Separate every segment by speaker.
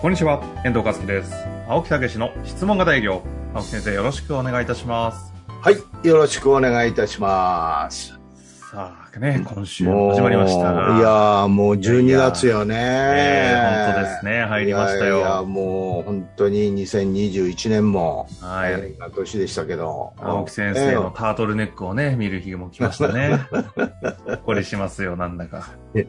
Speaker 1: こんにちは、遠藤和樹です。青木武の質問型営業。青木先生、よろしくお願いいたします。
Speaker 2: はい、よろしくお願いいたします。
Speaker 1: さあ、ね、今週も始まりましたが。
Speaker 2: いやーもう12月よね。
Speaker 1: えー本当ですね、入りましたよ。
Speaker 2: いやいやもう本当に2021年も、
Speaker 1: は
Speaker 2: 大
Speaker 1: い。
Speaker 2: 変な年でしたけど。
Speaker 1: 青木先生のタートルネックをね、見る日も来ました ね。ほっこれしますよ、なんだか。
Speaker 2: ええ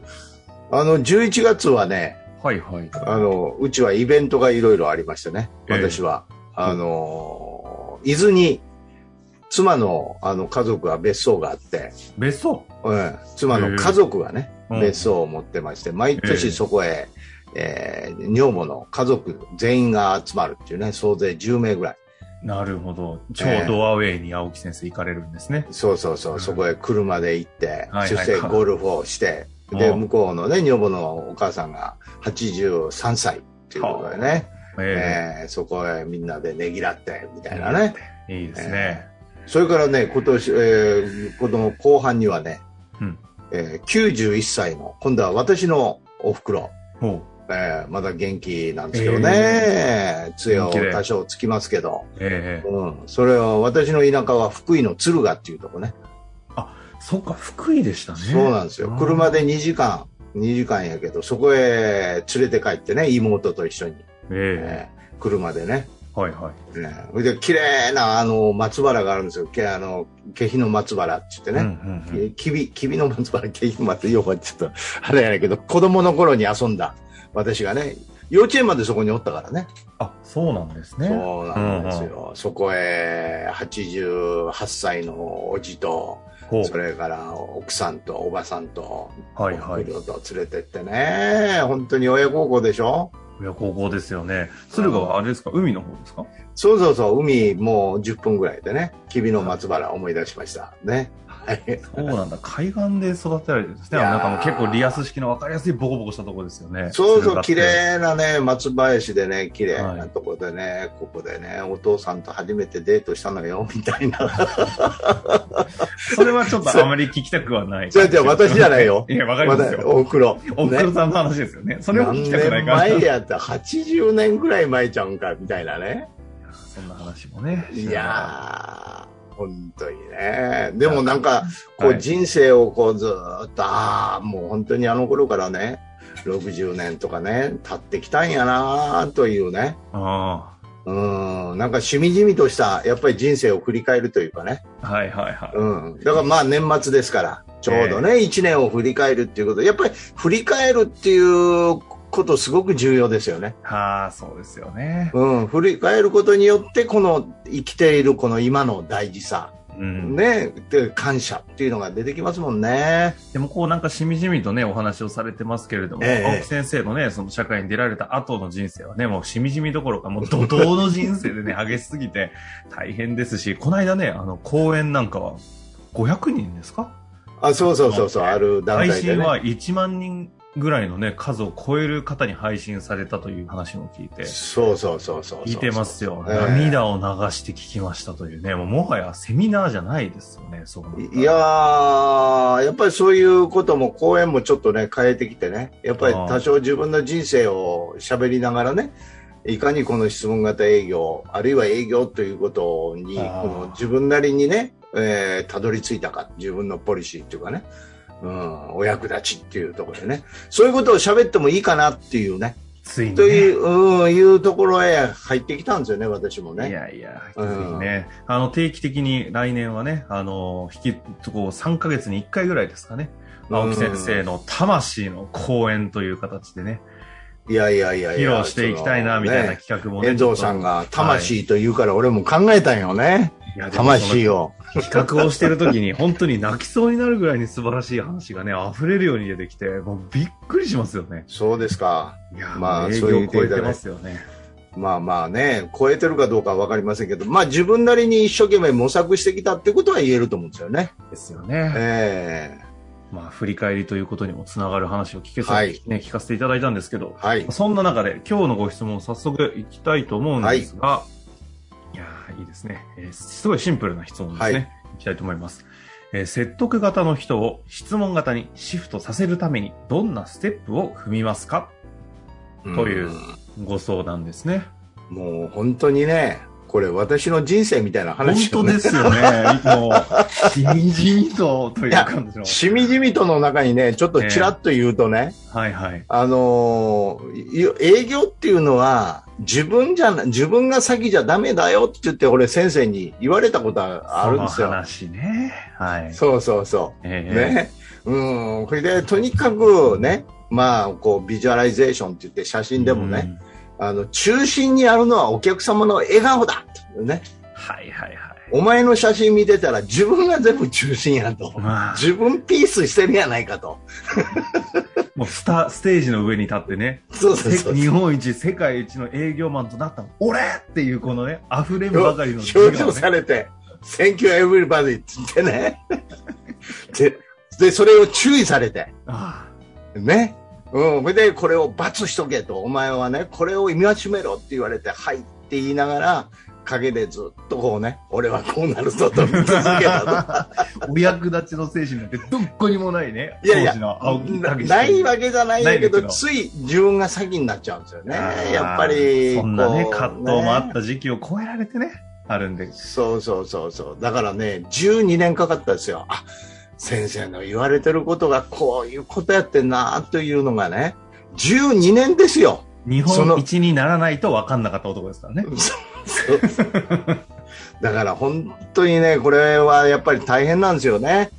Speaker 2: あの、11月はね、
Speaker 1: はいはい。
Speaker 2: あの、うちはイベントがいろいろありましたね。
Speaker 1: ええ
Speaker 2: 私は。あのー、伊豆に、妻のあの家族は別荘があって、
Speaker 1: 別荘
Speaker 2: うん、妻の家族がね、
Speaker 1: うん
Speaker 2: 別荘を持ってまして、毎年そこへ、えー女房の家族全員が集まるっていうね、総勢10名ぐらい。
Speaker 1: なるほど。ちょうどアウェイに青木先生行かれるんですね。
Speaker 2: そうそうそう、
Speaker 1: うん
Speaker 2: そこへ車で行って、
Speaker 1: はいはい
Speaker 2: そしてゴルフをして、で、
Speaker 1: うん
Speaker 2: 向こうのね、女房のお母さんが83歳ということでね、
Speaker 1: え
Speaker 2: えーそこへみんなでねぎらって、み
Speaker 1: え
Speaker 2: たいなね。。
Speaker 1: いいですね。
Speaker 2: それからね、今年、えーこの後半にはね、
Speaker 1: うん
Speaker 2: えー91歳の、今度は私のお袋、
Speaker 1: ほう。
Speaker 2: えーまだ元気なんですけどね、杖を多少つきますけど、
Speaker 1: ええ
Speaker 2: うん、それは私の田舎は福井の敦賀っていうとこね、
Speaker 1: そっか、福井でしたね。
Speaker 2: そうなんですよ、
Speaker 1: うん
Speaker 2: 車で2時間、2時間やけど、そこへ連れて帰ってね、妹と一緒に、
Speaker 1: え
Speaker 2: えー車でね、
Speaker 1: えはいはい。
Speaker 2: ねそれで綺麗なあの松原があるんですよ、けあの下肥の松原って言って
Speaker 1: うんう
Speaker 2: ね。
Speaker 1: んうん
Speaker 2: えーきび、きびの松原、景品松原、要はちょっと、あれやねんけど、子供の頃に遊んだ、私がね、幼稚園までそこにおったからね。
Speaker 1: あ、そうなんですね。
Speaker 2: そうなんですよ。そこへ、88歳のおじと、
Speaker 1: ほう
Speaker 2: それから奥さんとおばさんと、
Speaker 1: はいはい。
Speaker 2: お父と連れてってね、本当に親孝行でしょ
Speaker 1: 親孝行ですよね。敦賀はあれですか海の方ですか
Speaker 2: そうそうそう、海もう10分ぐらいでね、君の松原思い出しました。ね。はい。
Speaker 1: そうなんだ。海岸で育てられてるんですね。
Speaker 2: いやー
Speaker 1: なんかもう結構リアス式の分かりやすいボコボコしたところですよね。
Speaker 2: そう
Speaker 1: 敦
Speaker 2: そ
Speaker 1: 賀
Speaker 2: う、
Speaker 1: って
Speaker 2: 綺。麗なね、松林でね、綺麗
Speaker 1: は
Speaker 2: ないとこでね、ここでね、お父さんと初めてデートしたのよ、みたいな。
Speaker 1: それはちょっとあまり聞きたくは ない。
Speaker 2: じゃあ、じゃあ私じゃないよ。
Speaker 1: いや、わかります
Speaker 2: まだ
Speaker 1: よ。
Speaker 2: おふくろ。
Speaker 1: おふく
Speaker 2: ね
Speaker 1: ろさんの話ですよね。それは聞きたくないか
Speaker 2: 何
Speaker 1: ら。
Speaker 2: 年前やった80年ぐらい前ちゃうんかみたいなね
Speaker 1: そんな話もね。
Speaker 2: いやー本当にねでもなんかこ
Speaker 1: は
Speaker 2: う
Speaker 1: い
Speaker 2: 人生をこうずーっと、ああもう本当にあの頃からね60年とかね経ってきたんやなーというね
Speaker 1: あ
Speaker 2: うんなんかしみじみとしたやっぱり人生を振り返るというかね、
Speaker 1: あ。はいはいはい。
Speaker 2: うん、だからまあ年末ですからちょうどね、一1年を振り返るっていうことやっぱり振り返るっていうことすごく重要ですよね
Speaker 1: ああ、そうですよね。
Speaker 2: うん、振り返ることによってこの生きているこの今の大事さ、
Speaker 1: うん。
Speaker 2: ねで感謝っていうのが出てきますもんね。
Speaker 1: でもこうなんかしみじみとね、お話をされてますけれども、
Speaker 2: ええ
Speaker 1: 青木先生のね、その社会に出られた後の人生はね、もうしみじみどころか、もう怒涛の人生 でね、激しすぎて大変ですし、この間ね、あの、公演なんかは500人ですか
Speaker 2: あそうそうそうそうある団
Speaker 1: 配
Speaker 2: 体で
Speaker 1: 信
Speaker 2: ね。
Speaker 1: は1万人ぐらいのね、数を超える方に配信されたという話を聞いて、
Speaker 2: そうそうそうそうそう。
Speaker 1: 聞いてますよ。
Speaker 2: ええ
Speaker 1: 涙を流して聞きましたというね、もうもはやセミナーじゃないですよね、そこ
Speaker 2: いやーやっぱりそういうことも講演もちょっとね変えてきてねやっぱり多少自分の人生を喋りながらねいかにこの質問型営業あるいは営業ということにこ
Speaker 1: あー
Speaker 2: の自分なりにねえーたど、り着いたか自分のポリシーっていうかね、うん、お役立ちっていうところでねそういうことを喋ってもいいかなっていうね
Speaker 1: ついに、ね。
Speaker 2: という,、うん、いうところへ入ってきたんですよね私も
Speaker 1: い
Speaker 2: ね。
Speaker 1: やいや、きつ
Speaker 2: うん
Speaker 1: いね。あの、定期的に来年はね、あの、引き、こう、3ヶ月に1回ぐらいですかね。青木先生の魂の講演という形でね、
Speaker 2: いやいやいやい
Speaker 1: 披
Speaker 2: や
Speaker 1: 露していきたいな、みたい
Speaker 2: その
Speaker 1: な
Speaker 2: ね
Speaker 1: 企画もね。
Speaker 2: 遠藤さんが魂と言うから俺も考えたんよね。
Speaker 1: いやでもその
Speaker 2: 魂を。
Speaker 1: 比較をしてる時に本当に泣きそうになるぐらいに素晴らしい話がね溢れるように出てきてもうびっくりしますよね
Speaker 2: そうですか。
Speaker 1: いや
Speaker 2: まあ
Speaker 1: まあ営
Speaker 2: そう
Speaker 1: 業
Speaker 2: いう
Speaker 1: を超え
Speaker 2: 程度
Speaker 1: て
Speaker 2: ね
Speaker 1: ますよね
Speaker 2: まあまあね、超えてるかどうかは分かりませんけど、まあ自分なりに一生懸命模索してきたってことは言えると思うんですよね。
Speaker 1: ですよね、
Speaker 2: え
Speaker 1: まあ振り返りということにもつながる話を聞けさ、
Speaker 2: はい
Speaker 1: ね聞かせていただいたんですけど
Speaker 2: えはい。
Speaker 1: そんな中で今日のご質問早速いきたいと思うんですが、い、やーいいですね、えーすごいシンプルな質問ですね、、
Speaker 2: はい
Speaker 1: きたいと思います、えー説得型の人を質問型にシフトさせるためにどんなステップを踏みますかというんご相談ですね
Speaker 2: もう本当にね、これ私の人生みたいな
Speaker 1: 本
Speaker 2: 話
Speaker 1: 当
Speaker 2: よね
Speaker 1: ですよね もうしみじみとという感じの
Speaker 2: しみじみとの中にね、ちょっとちらっと言うとね、
Speaker 1: はいはい
Speaker 2: あのーい営業っていうのは、自分じゃな、自分が先じゃダメだよって言って、俺先生に言われたことはあるんです
Speaker 1: その
Speaker 2: よ。
Speaker 1: 話ねはい
Speaker 2: そうそうそう。
Speaker 1: えー
Speaker 2: ね、うん、これでとにかくね、まあ、こうビジュアライゼーションって言って写真でもね、あの中心にあるのはお客様の笑顔だっていうね、
Speaker 1: うんはいはいはい
Speaker 2: お前の写真見てたら自分が全部中心やと、
Speaker 1: まあ
Speaker 2: 自分ピースしてるやないかと、
Speaker 1: もうスタステージの上に立ってね
Speaker 2: そうそうそう
Speaker 1: 日本一世界一の営業マンとなったの俺っていうこのね溢れんばかりの自
Speaker 2: 表
Speaker 1: 我
Speaker 2: 彰
Speaker 1: を
Speaker 2: さ
Speaker 1: ね
Speaker 2: れて、Thank you everybody って言って ね、ででそれを注意されて、
Speaker 1: あ
Speaker 2: ね。うん。それで、これを罰しとけと、お前はね、これを今しめろって言われて、はいって言いながら、陰でずっとこうね、俺はこうなるぞと見続けた
Speaker 1: あお役立ちの精神なんてどっこにもないね
Speaker 2: いやいや
Speaker 1: 当時の
Speaker 2: と
Speaker 1: 青木。
Speaker 2: な
Speaker 1: 武史
Speaker 2: ないわけじゃないんだけ
Speaker 1: ないんだけど
Speaker 2: ど、つい自分が先になっちゃうんですよね。
Speaker 1: あー
Speaker 2: やっぱりこう、
Speaker 1: そんなね葛藤もあっ
Speaker 2: ね
Speaker 1: た時期を超えられてねあるんで
Speaker 2: そうそうそうそう。だからね、12年かかったですよ。あ、先生の言われてることがこういうことやってんなというのがね、12年ですよ。
Speaker 1: 日
Speaker 2: そ
Speaker 1: 本
Speaker 2: の
Speaker 1: 一にならないと分かんなかった男ですからね
Speaker 2: そうそうだから本当にね、これはやっぱり大変なんですよね。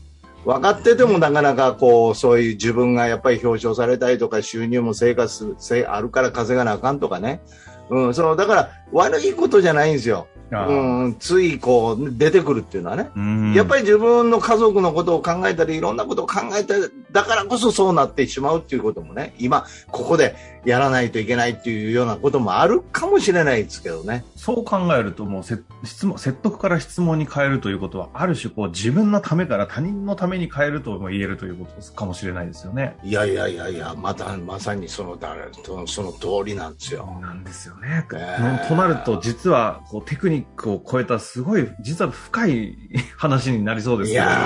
Speaker 2: 分かっててもなかなかこう、そういう自分がやっぱり表彰されたりとか、収入も生活せあるから稼がなあかんとかね。うん、その、だから悪いことじゃないんですよ。
Speaker 1: あー
Speaker 2: うん、ついこう、出てくるっていうのはね。
Speaker 1: うん
Speaker 2: やっぱり自分の家族のことを考えたり、いろんなことを考えたり、だからこそそうなってしまうっていうこともね、今、ここでやらないといけないっていうようなこともあるかもしれないですけどね。
Speaker 1: そう考えるともうせ質問説得から質問に変えるということはある種こう自分のためから他人のために変えるとも言えるということかもしれないですよね。
Speaker 2: いやいやいやいや、また、まさにそのだそのその通りなんですよ。
Speaker 1: なんですよね。
Speaker 2: ー
Speaker 1: となると実はこうテクニックを超えたすごい実は深い話になりそうです
Speaker 2: い
Speaker 1: よね
Speaker 2: や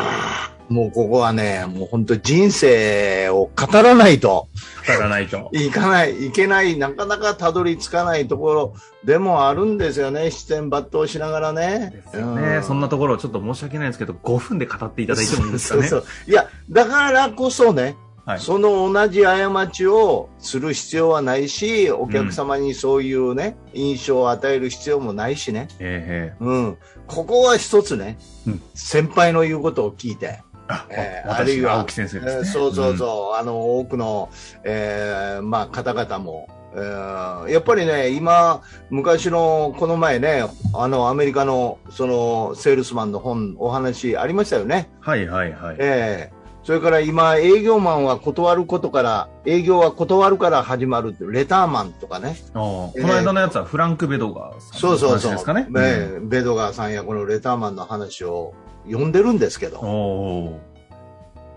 Speaker 2: ー、もうここはね、もう本当人生を語らないと
Speaker 1: 語らないと。
Speaker 2: いかない、いけない、なかなかたどり着かないところでもあるんですよね。視点抜刀しながらね。
Speaker 1: ですよね。
Speaker 2: う
Speaker 1: そんなところをちょっと申し訳ないんですけど5分で語っていただいてもいいですかね。
Speaker 2: そうそうそういや、だからこそね、
Speaker 1: はい
Speaker 2: その同じ過ちをする必要はないし、お客様にそういうね、印象を与える必要もないしね。
Speaker 1: えええ
Speaker 2: うん、ここは一つね、
Speaker 1: うん
Speaker 2: 先輩の言うことを聞いて、
Speaker 1: えあ、
Speaker 2: えー
Speaker 1: わ
Speaker 2: ある
Speaker 1: 私
Speaker 2: い
Speaker 1: が
Speaker 2: は
Speaker 1: 青木先生
Speaker 2: え
Speaker 1: ですね。
Speaker 2: ーそうそうそう、あの多くの、えーまあ、方々も、えーやっぱりね、今、昔のこの前ね、あのアメリカのそのセールスマンの本、お話ありましたよね。
Speaker 1: うんはいはいはい。
Speaker 2: えーそれから今、営業マンは断ることから、営業は断るから始まるって、レターマンとかね。
Speaker 1: あーこの間のやつはフランク・ベドガーさん
Speaker 2: そう
Speaker 1: の
Speaker 2: そう
Speaker 1: 話
Speaker 2: そう。
Speaker 1: ですかね。
Speaker 2: ええベドガーさんやこのレターマンの話を読んでるんですけ
Speaker 1: うん
Speaker 2: ど、
Speaker 1: お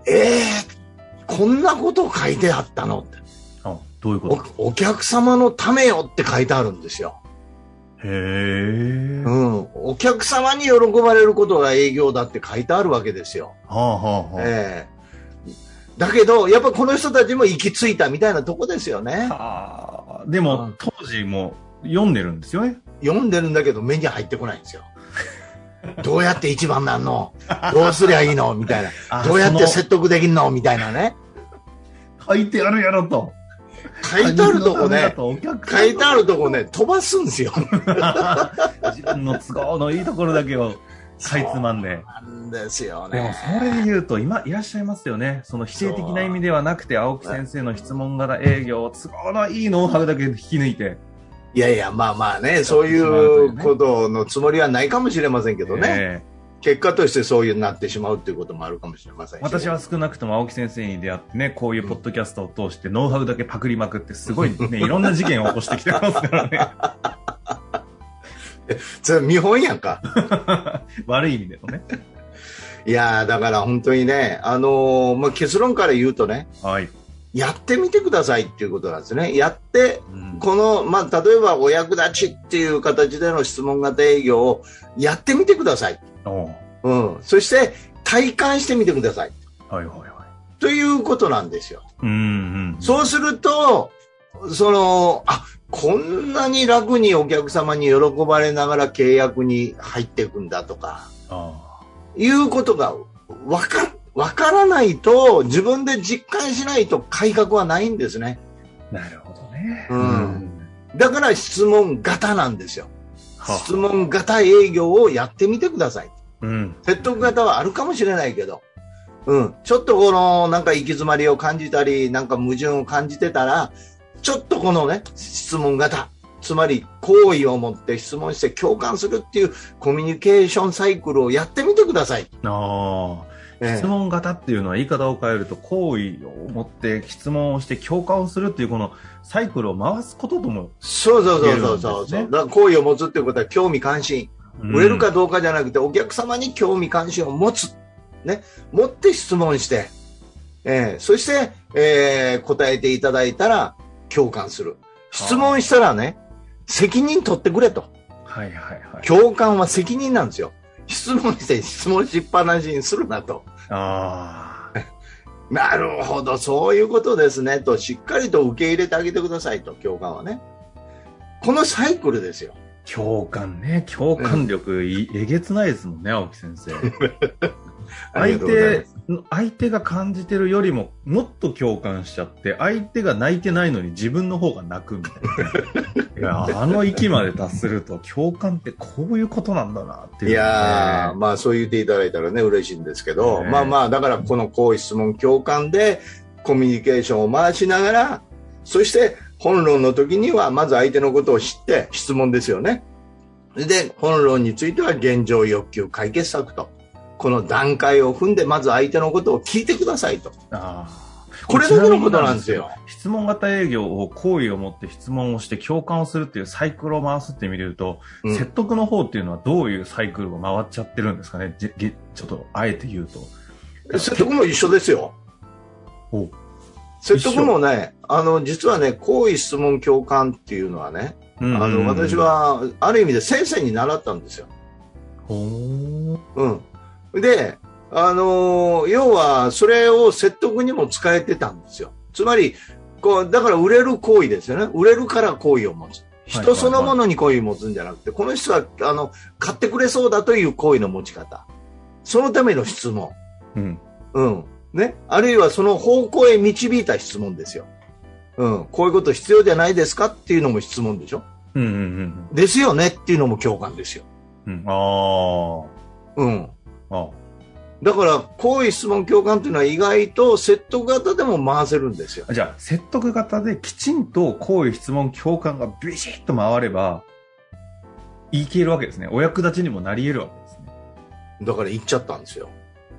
Speaker 1: ー
Speaker 2: ええこんなこと書いてあったのって
Speaker 1: あどういうこと
Speaker 2: お。お客様のためよって書いてあるんですよ。
Speaker 1: へえ。
Speaker 2: う
Speaker 1: は
Speaker 2: ん。お客様に喜ばれることが営業だって書いてあるわけですよ。
Speaker 1: あはあはあ。
Speaker 2: ええだけど、やっぱこの人たちも行き着いたみたいなとこですよね。
Speaker 1: はあで
Speaker 2: う
Speaker 1: も
Speaker 2: ん、
Speaker 1: 当時も読んでるんですよね。
Speaker 2: 読んでるんだけど目に入ってこないんですよ。どうやって一番なんのどうすりゃいいのみたいな。どうやって
Speaker 1: そ
Speaker 2: 説得できんのみたいなね。
Speaker 1: の書いてあるやろと。
Speaker 2: 書いてあるとこね、
Speaker 1: お客さ
Speaker 2: 書
Speaker 1: ん
Speaker 2: いてあるとこね、飛ばすんですよ。
Speaker 1: 自分の都合のいいところだけをかいつまんで。
Speaker 2: なんですよ
Speaker 1: でも、
Speaker 2: ね。
Speaker 1: それで言うと、今、いらっしゃいますよね。その否定的な意味ではなくて、青木先生の質問型営業、都合のいいノウハウだけ引き抜いて、
Speaker 2: いやいや、まあまあね、そういうことのつもりはないかもしれませんけど
Speaker 1: え
Speaker 2: ね、結果としてそういうになってしまうということもあるかもしれません
Speaker 1: え
Speaker 2: し
Speaker 1: 私は少なくとも青木先生に出会ってね、こういうポッドキャストを通してノウハウだけパクりまくって、すごいね、いろんな事件を起こしてきてますからね。
Speaker 2: それ見本やんか。
Speaker 1: 悪い意味でのね。
Speaker 2: いやーだから本当にね、あのーまあ、結論から言うとね、
Speaker 1: はい。
Speaker 2: やってみてくださいっていうことなんですね。やって、
Speaker 1: うん
Speaker 2: この、まあ、例えばお役立ちっていう形での質問型営業をやってみてください。
Speaker 1: おう
Speaker 2: うん。そして、体感してみてください。
Speaker 1: はいはいはい。
Speaker 2: ということなんですよ。
Speaker 1: うんうん。
Speaker 2: そうすると、その、あ、こんなに楽にお客様に喜ばれながら契約に入っていくんだとか、
Speaker 1: あ
Speaker 2: いうことがわか、わからないと、自分で実感しないと改革はないんですね。
Speaker 1: あ。なるほどね。
Speaker 2: うんだから質問型なんですよ。
Speaker 1: は
Speaker 2: 質問型営業をやってみてください。
Speaker 1: うん。
Speaker 2: 説得型はあるかもしれないけど、うん、ちょっとこのなんか行き詰まりを感じたり、なんか矛盾を感じてたら、ちょっとこのね、質問型、つまり好意を持って質問して共感するっていうコミュニケーションサイクルをやってみてください。
Speaker 1: ああ。
Speaker 2: ええ
Speaker 1: 質問型っていうのは言い方を変えると好意を持って質問をして共感をするっていうこのサイクルを回すこととも、
Speaker 2: そうそうそうそうそうそう、
Speaker 1: 言えるんですね
Speaker 2: だから好意を持つっていうことは興味関心、
Speaker 1: うん
Speaker 2: 売れるかどうかじゃなくて、お客様に興味関心を持つ、ね、持って質問して、えーそして、えー答えていただいたら共感する。質問したらね、責任取ってくれと。
Speaker 1: はいはいはい
Speaker 2: 共感は責任なんですよ。質問して質問しっぱなしにするなと。
Speaker 1: ああ
Speaker 2: なるほど、そういうことですねと、しっかりと受け入れてあげてくださいと、共感はね。このサイクルですよ。
Speaker 1: 共感ね共感力いえげつないですもんね青木 先生相
Speaker 2: ありがとうございま
Speaker 1: 手
Speaker 2: す
Speaker 1: 相手が感じてるよりももっと共感しちゃって相手が泣いてないのに自分の方が泣くみたいないやあの域まで達すると共感ってこういうことなんだなっていう、
Speaker 2: いやー、まあそう言っていただいたらね、嬉しいんですけど、
Speaker 1: ね
Speaker 2: まあまあ、だからこの好意質問共感でコミュニケーションを回しながら、そして本論の時には、まず相手のことを知って質問ですよね。で、本論については現状欲求解決策と。この段階を踏んで、まず相手のことを聞いてくださいと。
Speaker 1: あー
Speaker 2: これだけのことなんですよ。
Speaker 1: 質問型営業を好意を持って質問をして共感をするっていうサイクルを回すって見ると、
Speaker 2: うん
Speaker 1: 説得の方っていうのはどういうサイクルを回っちゃってるんですかねじぎちょっとあえて言うと。
Speaker 2: 説得も一緒ですよ。
Speaker 1: お
Speaker 2: 説得もね、あの、実はね、好意質問共感っていうのはね、
Speaker 1: うん
Speaker 2: あの、私、は、ある意味で先生に習ったんですよ。
Speaker 1: ほー
Speaker 2: うん。で、あのー要は、それを説得にも使えてたんですよ。つまり、こう、だから売れる行為ですよね。売れるから好意を持つ。人そのものに好意を持つんじゃなくて、この人は、あの、買ってくれそうだという好意の持ち方。そのための質問。
Speaker 1: うん。
Speaker 2: うん。ね。あるいはその方向へ導いた質問ですよ。うん。こういうこと必要じゃないですかっていうのも質問でしょ。
Speaker 1: うんうんうん
Speaker 2: ですよねっていうのも共感ですよ。
Speaker 1: うん。うんあ
Speaker 2: うん。
Speaker 1: ーあ。
Speaker 2: だから、好意質問共感というのは意外と説得型でも回せるんですよ。
Speaker 1: じゃあ、説得型できちんと好意質問共感がビシッと回れば、いけるわけですね。お役立ちにもなり得るわけですね。
Speaker 2: だから行っちゃったんですよ。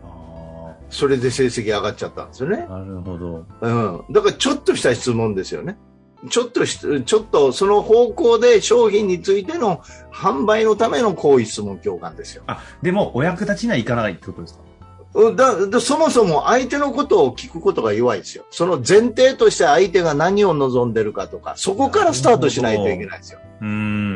Speaker 1: あ
Speaker 2: それで成績上がっちゃったんですよね
Speaker 1: あ。。なるほど。
Speaker 2: うん。だからちょっとした質問ですよね。ちょっとし、ちょっとその方向で商品についての販売のための好意質問共感ですよ。
Speaker 1: あ、でも、お役立ちにはいかないってことですか
Speaker 2: うんだだそもそも相手のことを聞くことが弱いですよ。その前提として相手が何を望んでるかとか、そこからスタートしないといけないですよ。
Speaker 1: うー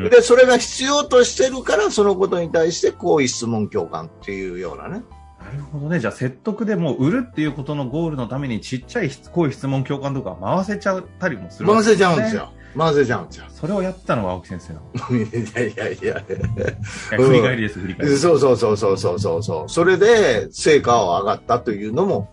Speaker 1: ん。
Speaker 2: で、それが必要としてるから、そのことに対して、こういう質問共感っていうようなね。
Speaker 1: なるほどね。じゃあ、説得でもう売るっていうことのゴールのために、ちっちゃいしつこい質問共感とか回せちゃったりもする、
Speaker 2: 回せちゃうんです。よ。回せちゃうんですよ。
Speaker 1: それをやってたのが青木先生なの。
Speaker 2: いやいやいや。
Speaker 1: いや振り返りです、振り返り。
Speaker 2: そうそうそうそうそうそうそう。それで、成果を上がったというのも、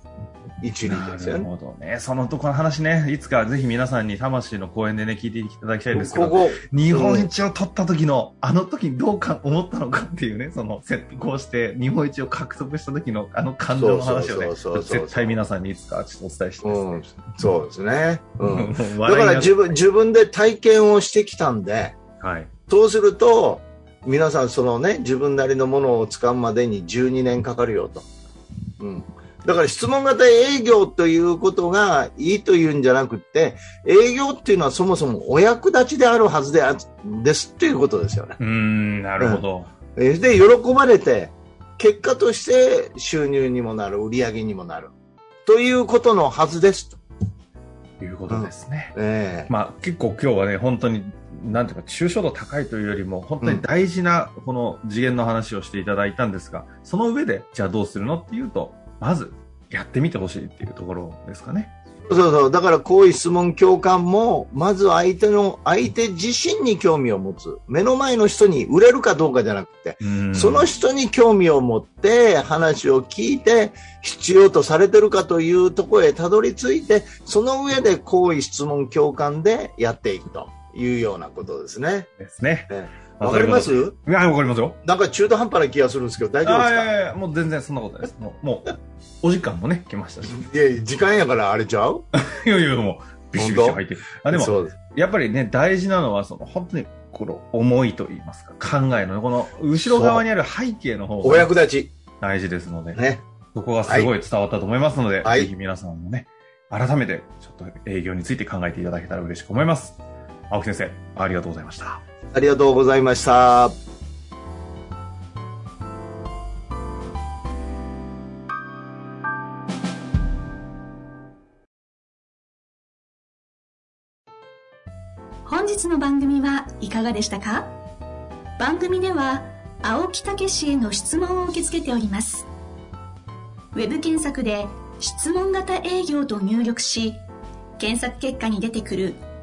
Speaker 2: 一理
Speaker 1: な
Speaker 2: ですよ
Speaker 1: る
Speaker 2: ね。
Speaker 1: ほどね。そのとこの話ね、いつかぜひ皆さんに魂の講演でね、聞いていただきたいんですけ
Speaker 2: こ
Speaker 1: ど、
Speaker 2: こ、
Speaker 1: 日本一を取った時の、あの時にどうか思ったのかっていうね、その、せこうして日本一を獲得した時のあの感情の話をね、
Speaker 2: そうそうそうそうそう
Speaker 1: 絶対皆さんにいつかちょっとお伝えしたいです
Speaker 2: う
Speaker 1: ね
Speaker 2: ん。そうですね。う
Speaker 1: も
Speaker 2: ん。
Speaker 1: う
Speaker 2: だ
Speaker 1: 笑
Speaker 2: か
Speaker 1: いなが
Speaker 2: ら自分、自分で体験をしてきたんで、
Speaker 1: はい。
Speaker 2: そうすると、皆さんそのね、自分なりのものを掴むまでに12年かかるよと。うん。だから質問型営業ということがいいというんじゃなくって、営業っていうのはそもそもお役立ちであるはずであですっていうことですよね。
Speaker 1: うーん、なるほど。
Speaker 2: えーで、喜ばれて、結果として収入にもなる、売り上げにもなる。ということのはずですと。
Speaker 1: いうことですね。
Speaker 2: ええ
Speaker 1: まあ結構今日はね、本当に、なんていうか、抽象度高いというよりも、本当に大事な、この次元の話をしていただいたんですが、その上で、じゃあどうするのっていうと、まず、やってみてほしいっていうところですかね。
Speaker 2: そうそう。だから、こういう質問共感も、まず相手の、相手自身に興味を持つ。目の前の人に売れるかどうかじゃなくて、
Speaker 1: うん
Speaker 2: その人に興味を持って話を聞いて必要とされてるかというところへたどり着いてその上で好意質問共感でやっていくというようなことですね。
Speaker 1: ですね
Speaker 2: ね。
Speaker 1: あ
Speaker 2: わかりま
Speaker 1: そういう
Speaker 2: す
Speaker 1: こといや、わかりますよ。
Speaker 2: なんか中途半端な気がするんですけど大丈夫
Speaker 1: あ
Speaker 2: で
Speaker 1: あ、い
Speaker 2: すか
Speaker 1: やいや、もう全然そんなことないです。もう、もうお時間もね、来ましたし。
Speaker 2: いやいや時間やからあれちゃう
Speaker 1: いやいや、もう、ビシビシ入って。あ、でも、
Speaker 2: そうです
Speaker 1: やっぱりね、大事なのは、その、本当に、この、思いと言いますか、考えの、この、後ろ側にある背景の方
Speaker 2: お
Speaker 1: が
Speaker 2: 役立
Speaker 1: 大事ですので
Speaker 2: ち。、ね。
Speaker 1: そこがすごい伝わったと思いますので、
Speaker 2: はい
Speaker 1: ぜひ皆さんもね、改めて、ちょっと営業について考えていただけたら嬉しく思います。青木先生、ありがとうございました。
Speaker 2: ありがとうございました。
Speaker 3: 本日の番組はいかがでしたか番組では青木武氏への質問を受け付けておりますウェブ検索で「質問型営業」と入力し検索結果に出てくる